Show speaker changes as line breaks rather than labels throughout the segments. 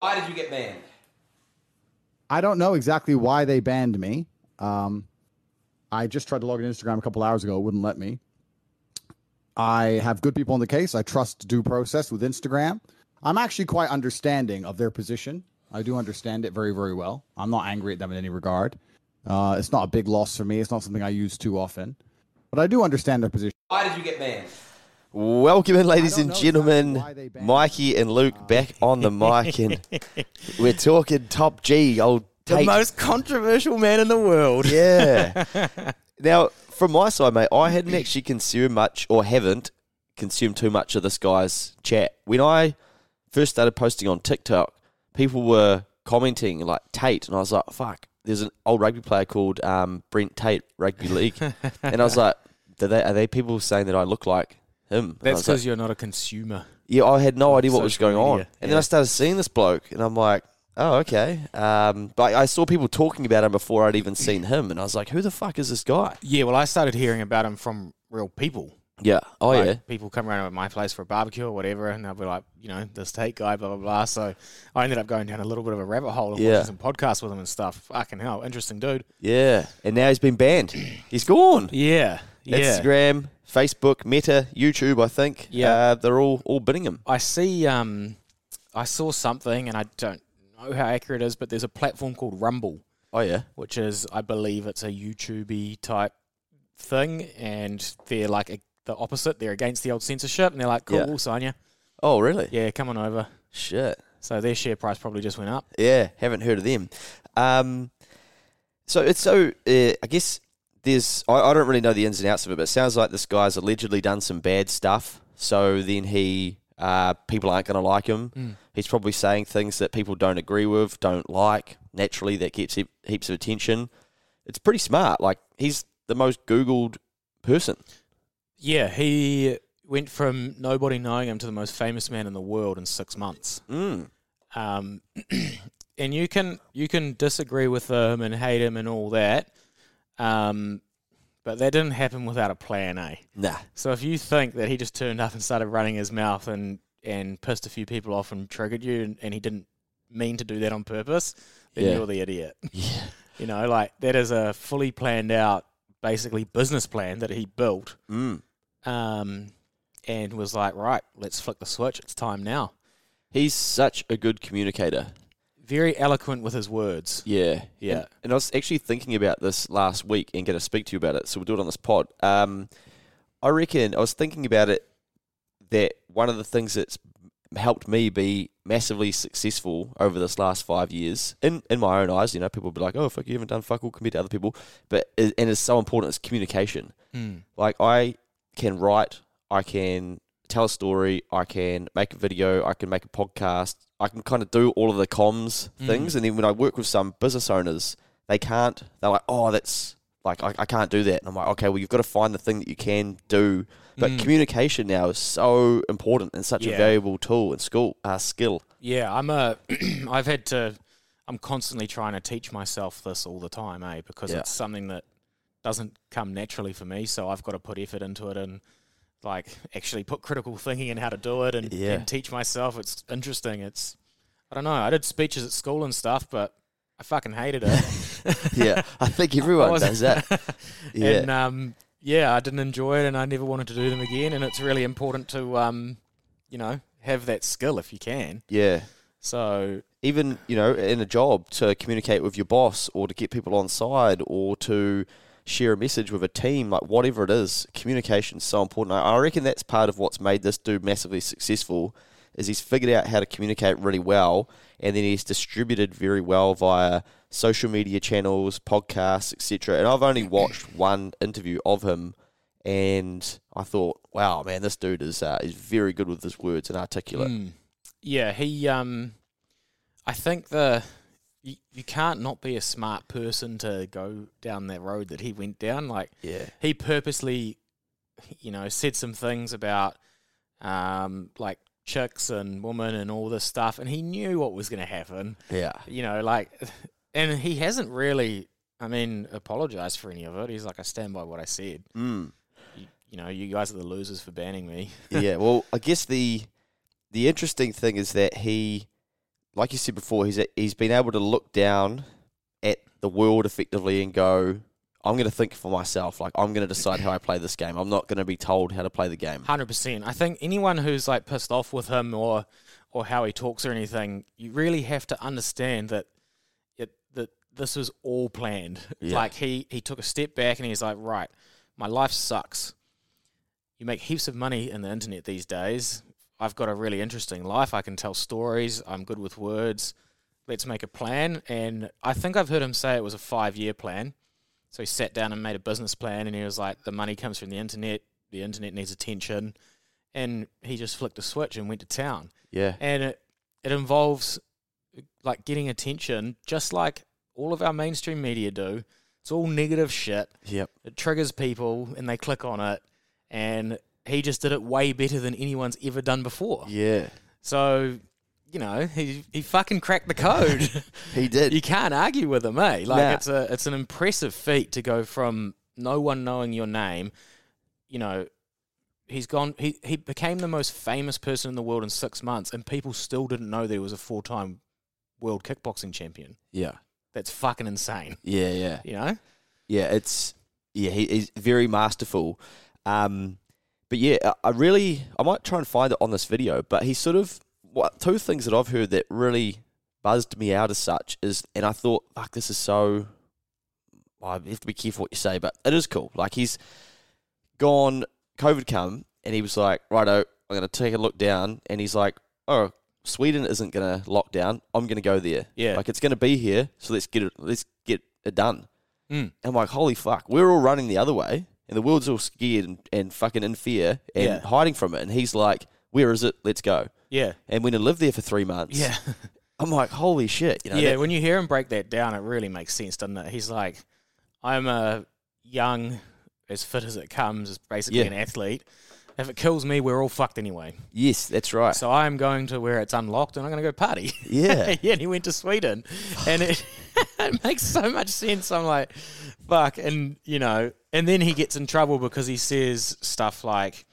Why did you get banned?
I don't know exactly why they banned me. Um, I just tried to log in Instagram a couple hours ago. It wouldn't let me. I have good people in the case. I trust due process with Instagram. I'm actually quite understanding of their position. I do understand it very, very well. I'm not angry at them in any regard. Uh, it's not a big loss for me. It's not something I use too often, but I do understand their position.
Why did you get banned?
Welcome in, ladies
don't
and
know
gentlemen.
exactly why they banned Oh.
Mikey and Luke back on the mic, and we're talking top G, old
the
Tate.
most controversial man in the world.
yeah. now, from my side, mate, I hadn't actually consumed much, or haven't consumed too much of this guy's chat. When I first started posting on TikTok, people were commenting like Tate, and I was like, "Fuck." There's an old rugby player called um, Brent Tate, rugby league, and I was like, "Do they are they people saying that I look like him?" And I
That's
was like,
because you're not a consumer.
yeah, I had no idea what was
Social
going on.
media,
And
yeah.
then I started seeing this bloke, and I'm like, oh, okay. Um, but I saw people talking about him before I'd even seen him, and I was like, who the fuck is this guy?
Yeah, well, I started hearing about him from real people.
Yeah. Oh,
Like,
yeah.
People come around at my place for a barbecue or whatever, and they'll be like, you know, this Tate guy, blah, blah, blah. So I ended up going down a little bit of a rabbit hole and
Yeah.
watching some podcasts with him and stuff. Fucking hell, interesting dude.
Yeah. And now he's been banned. He's gone.
Yeah.
Instagram, Facebook, Meta, YouTube, I think.
Yeah.
Uh, they're all, all binning him.
I see. Um, I saw something, and I don't know how accurate it is, but there's a platform called Rumble,
Oh, yeah.
which is, I believe, it's a YouTube type thing, and they're like a, the opposite. They're against the old censorship, and they're like, "Cool,
Yeah.
we'll sign you.
Oh, really?
Yeah, come on over."
Shit.
So their share price probably just went up.
Yeah, haven't heard of them. Um, so it's so uh, I guess there's I, I don't really know the ins and outs of it, but it sounds like this guy's allegedly done some bad stuff. So then he uh, people aren't going to like him. He's probably saying things that people don't agree with, don't like. Naturally, that gets he- heaps of attention. It's pretty smart. Like he's the most googled person.
Yeah, he went from nobody knowing him to the most famous man in the world in six months.
Mm.
um, and you can you can disagree with them and hate him and all that, um, but that didn't happen without a plan, eh?
Nah.
So if you think that he just turned up and started running his mouth and and pissed a few people off and triggered you, and, and he didn't mean to do that on purpose, then
Yeah.
you're the idiot. you know, like that is a fully planned out, basically business plan that he built
Mm.
um, and was like, right, let's flick the switch. It's time now.
He's such a good communicator.
Very eloquent with his words.
Yeah,
Yeah.
And, and I was actually thinking about this last week and going to speak to you about it, so we'll do it on this pod. Um, I reckon I was thinking about it that one of the things that's helped me be massively successful over this last five years, in, in my own eyes, you know, people be like, oh, fuck, you haven't done fuck all compared to other people. But, and it's so important, is communication.
Hmm.
Like, I can write, I can tell a story, I can make a video, I can make a podcast, I can kind of do all of the comms
Mm.
things. And then when I work with some business owners, they can't, they're like, oh, that's like, I, I can't do that. And I'm like, okay, well, you've got to find the thing that you can do. But communication now is so important and such a
Mm. Yeah.
valuable tool and school, uh, skill.
Yeah, I'm a. I've had to. I'm constantly trying to teach myself this all the time, eh? Because
Yeah.
it's something that doesn't come naturally for me, so I've got to put effort into it and like actually put critical thinking in how to do it and,
Yeah.
and teach myself. It's interesting. It's I don't know. I did speeches at school and stuff, but I fucking hated it.
Yeah, I think everyone
was-
does that. Yeah.
And um, yeah, I didn't enjoy it, and I never wanted to do them again. And it's really important to um, you know, have that skill if you can.
yeah.
So
even you know in a job to communicate with your boss or to get people on side or to share a message with a team like whatever it is communication's so important I, I reckon that's part of what's made this dude massively successful is he's figured out how to communicate really well and then he's distributed very well via social media channels podcasts etc and i've only watched one interview of him and i thought wow man this dude is uh, is very good with his words and articulate
Mm. Yeah, he. Um, I think the you, you can't not be a smart person to go down that road that he went down. Like
yeah
he purposely, you know, said some things about um, like chicks and women and all this stuff, and he knew what was going to happen.
yeah
You know, like, and he hasn't really. I mean, apologized for any of it. He's like, I stand by what I said.
mm.
You know, you guys are the losers for banning me.
yeah. Well, I guess the the interesting thing is that he like you said before, he's he's been able to look down at the world effectively and go, I'm going to think for myself. Like I'm going to decide how I play this game. I'm not going to be told how to play the game.
Hundred percent. I think anyone who's like pissed off with him or or how he talks or anything, you really have to understand that it that this was all planned.
Yeah.
Like he he took a step back and he's like, right, my life sucks. You make heaps of money in the internet these days. I've got a really interesting life. I can tell stories. I'm good with words. Let's make a plan. And I think I've heard him say it was a five year plan. So he sat down and made a business plan, and he was like, "The money comes from the internet. The internet needs attention," and he just flicked a switch and went to town.
Yeah,
And it it involves like getting attention, just like all of our mainstream media do. It's all negative shit.
yep.
It triggers people, and they click on it. And he just did it way better than anyone's ever done before.
Yeah,
So. You know, he he fucking cracked the code.
he did.
you can't argue with him, eh? Like
Nah.
it's a it's an impressive feat to go from no one knowing your name. You know, he's gone. He he became the most famous person in the world in six months, and people still didn't know that he was a four time world kickboxing champion.
yeah,
That's fucking insane.
yeah, yeah,
You know,
yeah. It's yeah. He, he's very masterful. Um, but yeah, I, I really I might try and find it on this video. But he sort of what two things that I've heard that really buzzed me out as such is, and I thought, fuck, this is so. I have to be careful what you say, but it is cool. Like he's gone. COVID come, and he was like, righto, I'm gonna take a look down, and he's like, oh. Sweden isn't gonna lock down. I'm gonna go there.
Yeah.
like it's gonna be here. So let's get it. Let's get it done.
Mm.
I'm like, holy fuck, we're all running the other way, and the world's all scared and, and fucking in fear and
Yeah.
hiding from it. And he's like, where is it? Let's go.
yeah,
And when he lived there for three months,
yeah,
I'm like, holy shit, you know,
yeah.
that-
when you hear him break that down, it really makes sense, doesn't it? He's like, I'm a young, as fit as it comes, basically
Yeah.
an athlete. If it kills me, we're all fucked anyway.
yes, that's right.
So I'm going to where it's unlocked and I'm going to go party.
Yeah.
yeah, and he went to Sweden. And it, it makes so much sense. I'm like, fuck. And, you know, and then he gets in trouble because he says stuff like,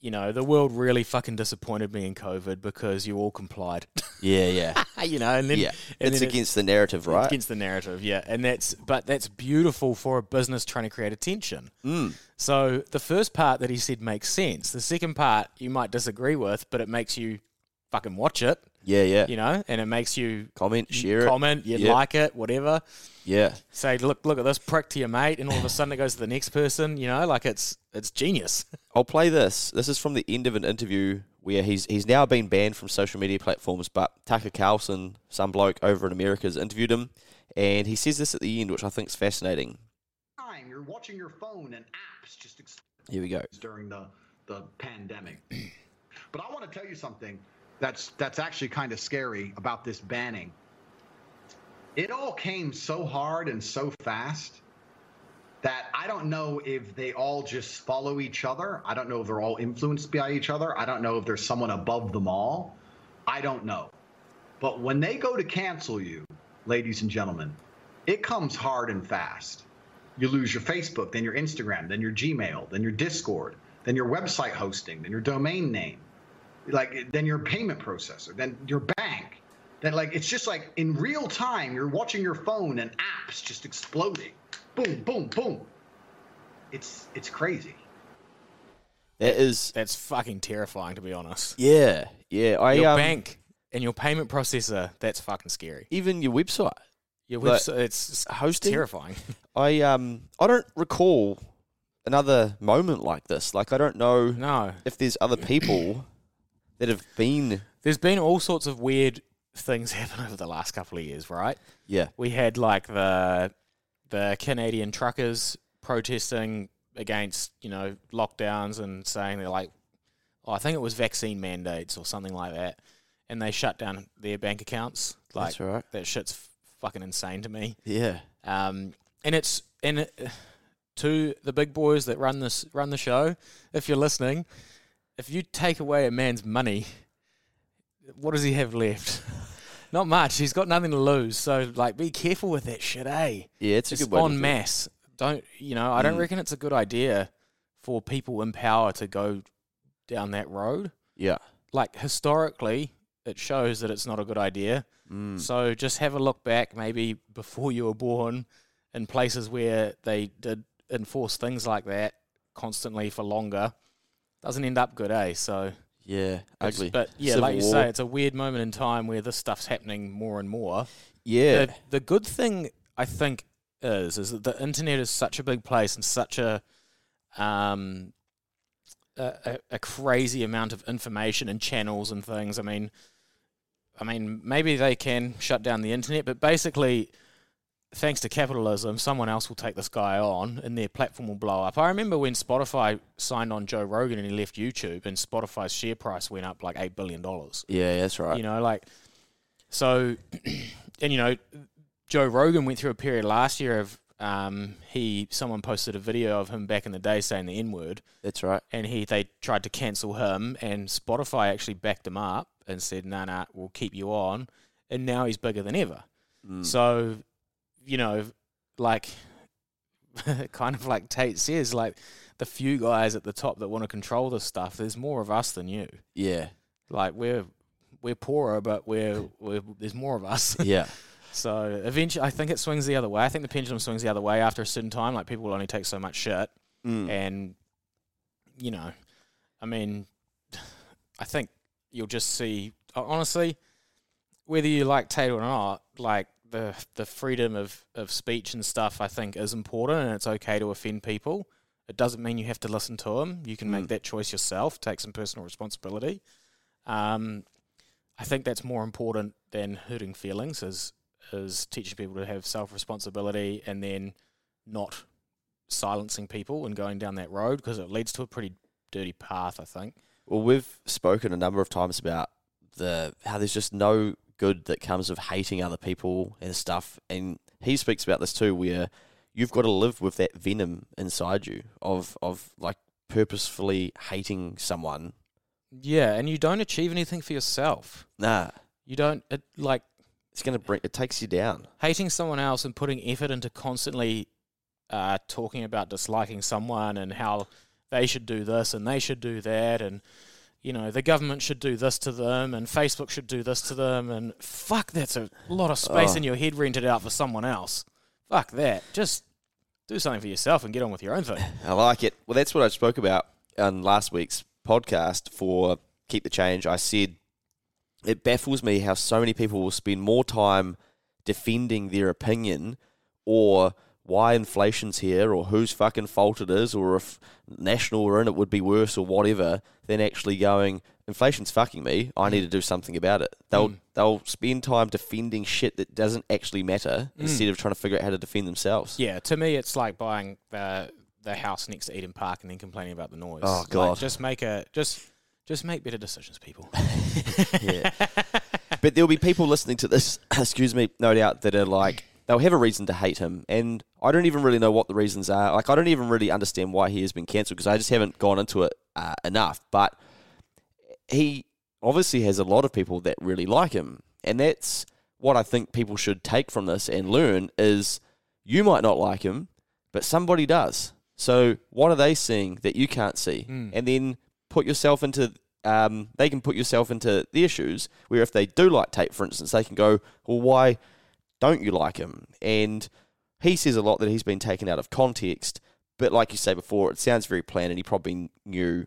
you know, the world really fucking disappointed me in COVID because you all complied.
yeah, yeah,
you know, and then,
yeah.
and
it's
then
against the narrative,
it's
right?
against the narrative, yeah. And that's but that's beautiful for a business trying to create attention.
Mm.
So the first part that he said makes sense. The second part you might disagree with, but it makes you fucking watch it,
yeah, yeah.
you know, and it makes you
Comment, share
comment,
it.
you
Yeah,
like it, whatever.
yeah,
Say, look, look at this prick to your mate, and all of a sudden it goes to the next person, you know, like it's it's genius.
I'll play this. This is from the end of an interview where he's he's now been banned from social media platforms, but Tucker Carlson, some bloke over in America, has interviewed him, and he says this at the end, which I think is fascinating.
time you're watching your phone and apps just explodes
Here we go.
during the the pandemic but i want to tell you something that's that's actually kind of scary about this banning it all came so hard and so fast that i don't know if they all just follow each other i don't know if they're all influenced by each other i don't know if there's someone above them all i don't know but when they go to cancel you ladies and gentlemen it comes hard and fast you lose your Facebook, then your Instagram, then your Gmail, then your Discord, then your website hosting, then your domain name, like then your payment processor, then your bank. Then like it's just like in real time, you're watching your phone and apps just exploding, boom, boom, boom. It's it's crazy.
That is,
That's fucking terrifying to be honest.
yeah, yeah. I
Your
um,
bank and your payment processor, that's fucking scary.
even your website
Your
Like,
website, it's, it's
hosting.
terrifying.
I um, I don't recall another moment like this. Like I don't know
no.
if there's other people that have been,
There's been all sorts of weird things happen over the last couple of years, right?
yeah,
We had like the the Canadian truckers protesting against, you know, lockdowns and saying they're like oh, I think it was vaccine mandates or something like that. And they shut down their bank accounts. Like
That's right.
that shit's fucking insane to me.
yeah,
Um, and it's and it, to the big boys that run this run the show, if you're listening, if you take away a man's money, what does he have left? Not much. He's got nothing to lose. So like, be careful with that shit, eh?
yeah. It's a
It's
good one.
en masse. Don't you know? I
Mm.
don't reckon it's a good idea for people in power to go down that road
Yeah,
like historically it shows that it's not a good idea.
Mm.
So just have a look back, maybe before you were born, in places where they did enforce things like that constantly for longer. Doesn't end up good, eh? So,
Yeah,
it's-
ugly.
but yeah,
Civil
like you
War.
say, it's a weird moment in time where this stuff's happening more and more.
yeah,
The, the good thing I think is is that the internet is such a big place and such a um a, a, a crazy amount of information and channels and things. I mean, I mean maybe they can shut down the internet, but basically. Thanks to capitalism, someone else will take this guy on and their platform will blow up. I remember when Spotify signed on Joe Rogan and he left YouTube, and Spotify's share price went up like $8 billion.
yeah, that's right.
You know, like so, and you know, Joe Rogan went through a period last year of um, he someone posted a video of him back in the day saying the N word,
that's right.
and he they tried to cancel him, and Spotify actually backed him up and said, "No, nah, no, nah, we'll keep you on," and now he's bigger than ever. So, you know, like, kind of like Tate says, like the few guys at the top that want to control this stuff, there's more of us than you
Yeah,
like we're we're poorer, but we're, we're there's more of us.
yeah,
so eventually, I think it swings the other way. I think the pendulum swings the other way after a certain time. Like people will only take so much shit, and you know, I mean, I think you'll just see ho- honestly whether you like Tate or not, like. The, the freedom of, of speech and stuff I think is important and it's okay to offend people. It doesn't mean you have to listen to them. You can make that choice yourself, take some personal responsibility. Um, I think that's more important than hurting feelings is is teaching people to have self responsibility and then not silencing people and going down that road because it leads to a pretty dirty path. I think.
Well, we've spoken a number of times about the how there's just no good that comes of hating other people and stuff. And he speaks about this too, where you've got to live with that venom inside you of of like purposefully hating someone.
Yeah, and you don't achieve anything for yourself.
Nah,
You don't it, like
it's gonna bring it takes you down.
hating someone else and putting effort into constantly uh, talking about disliking someone and how they should do this and they should do that and you know the government should do this to them and Facebook should do this to them and fuck that's a lot of space in your head rented out for someone else. Fuck that. Just do something for yourself and get on with your own thing.
I like it. Well, that's what I spoke about on last week's podcast for Keep the Change. I said it baffles me how so many people will spend more time defending their opinion or why inflation's here or whose fucking fault it is or if national were in it would be worse or whatever than actually going inflation's fucking me i need to do something about it they'll they'll spend time defending shit that doesn't actually matter instead of trying to figure out how to defend themselves
Yeah, to me, it's like buying the the house next to Eden Park and then complaining about the noise.
Oh,
Like,
God.
just make a just just make better decisions, people.
But there'll be people listening to this, excuse me, no doubt, that are like, they'll have a reason to hate him. And I don't even really know what the reasons are. Like, I don't even really understand why he has been cancelled because I just haven't gone into it uh, enough. But he obviously has a lot of people that really like him. And that's what I think people should take from this and learn is you might not like him, but somebody does. So what are they seeing that you can't see?
Hmm.
And then put yourself into um, they can put yourself into their shoes where if they do like Tate, for instance, they can go, well, why don't you like him? And he says a lot that he's been taken out of context. But like you say before, it sounds very planned, and he probably knew.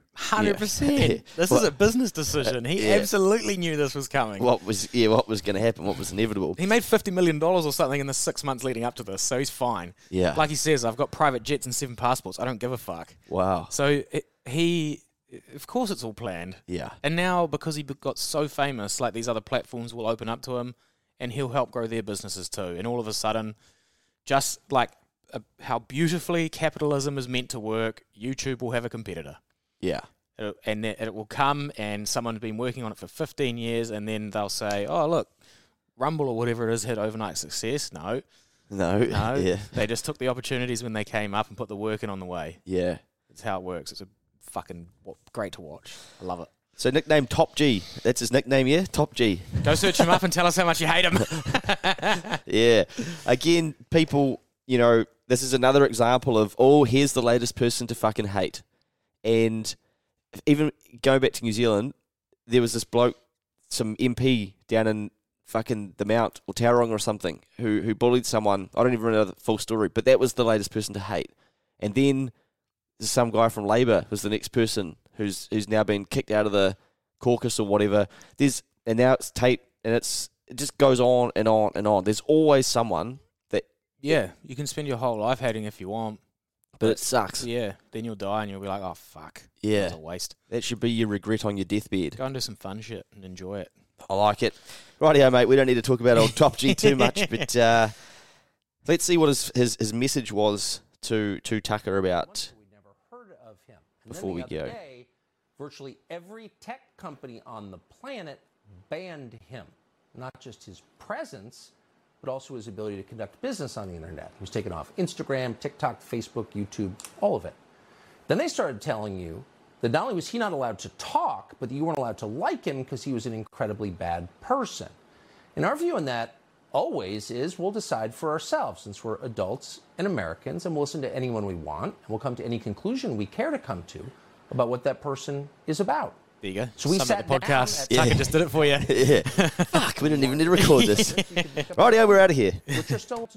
Hundred percent. This is a business decision. He
yeah.
absolutely knew this was coming.
what was yeah what was going to happen, what was inevitable.
he made fifty million dollars or something in the six months leading up to this, so he's fine.
Yeah.
Like he says, I've got private jets and seven passports. I don't give a fuck.
Wow.
So it, he, of course, it's all planned.
Yeah.
And now because he be- got so famous, like these other platforms will open up to him, and he'll help grow their businesses too. And all of a sudden, just like uh, how beautifully capitalism is meant to work, YouTube will have a competitor.
Yeah.
It'll- and it, it will come and someone's been working on it for 15 years and then they'll say oh look rumble or whatever it is had overnight success no
No.
no
Yeah.
they just took the opportunities when they came up and put the work in on the way
Yeah.
it's how it works it's a fucking wa- great to watch i love it
So nickname Top G. That's his nickname, yeah. Top G.
go search him up and tell us how much you hate him
Yeah. Again, people, you know, this is another example of oh, here's the latest person to fucking hate. And even going back to New Zealand, there was this bloke some MP down in fucking the Mount or Tauranga or something who who bullied someone. I don't even know the full story, but that was the latest person to hate. And then some guy from Labour was the next person who's who's now been kicked out of the caucus or whatever. There's and now it's Tate and it's it just goes on and on and on. There's always someone that
Yeah, you can spend your whole life hating if you want.
but it sucks.
Yeah, then you'll die and you'll be like, oh fuck, that was
Yeah.
a waste.
That should be your regret on your deathbed.
Go and do some fun shit and enjoy it.
I like it. Rightio, mate. We don't need to talk about old Top G too much, but uh, let's see what his, his his message was to to Tucker about.
We never heard of him. And
Before we
then the other
go.
day, virtually every tech company on the planet banned him. Not just his presence, but also his ability to conduct business on the internet. He was taken off Instagram, TikTok, Facebook, YouTube, all of it. Then they started telling you that not only was he not allowed to talk, but that you weren't allowed to like him because he was an incredibly bad person. And our view on that always is we'll decide for ourselves since we're adults and Americans and we'll listen to anyone we want and we'll come to any conclusion we care to come to about what that person is about.
There you go.
So we
Sum up
sat
the
down
podcast.
at-
Tucker just did it for you.
Yeah. Fuck, we didn't even need to record this. Rightio, we're out of here.
Which you're still to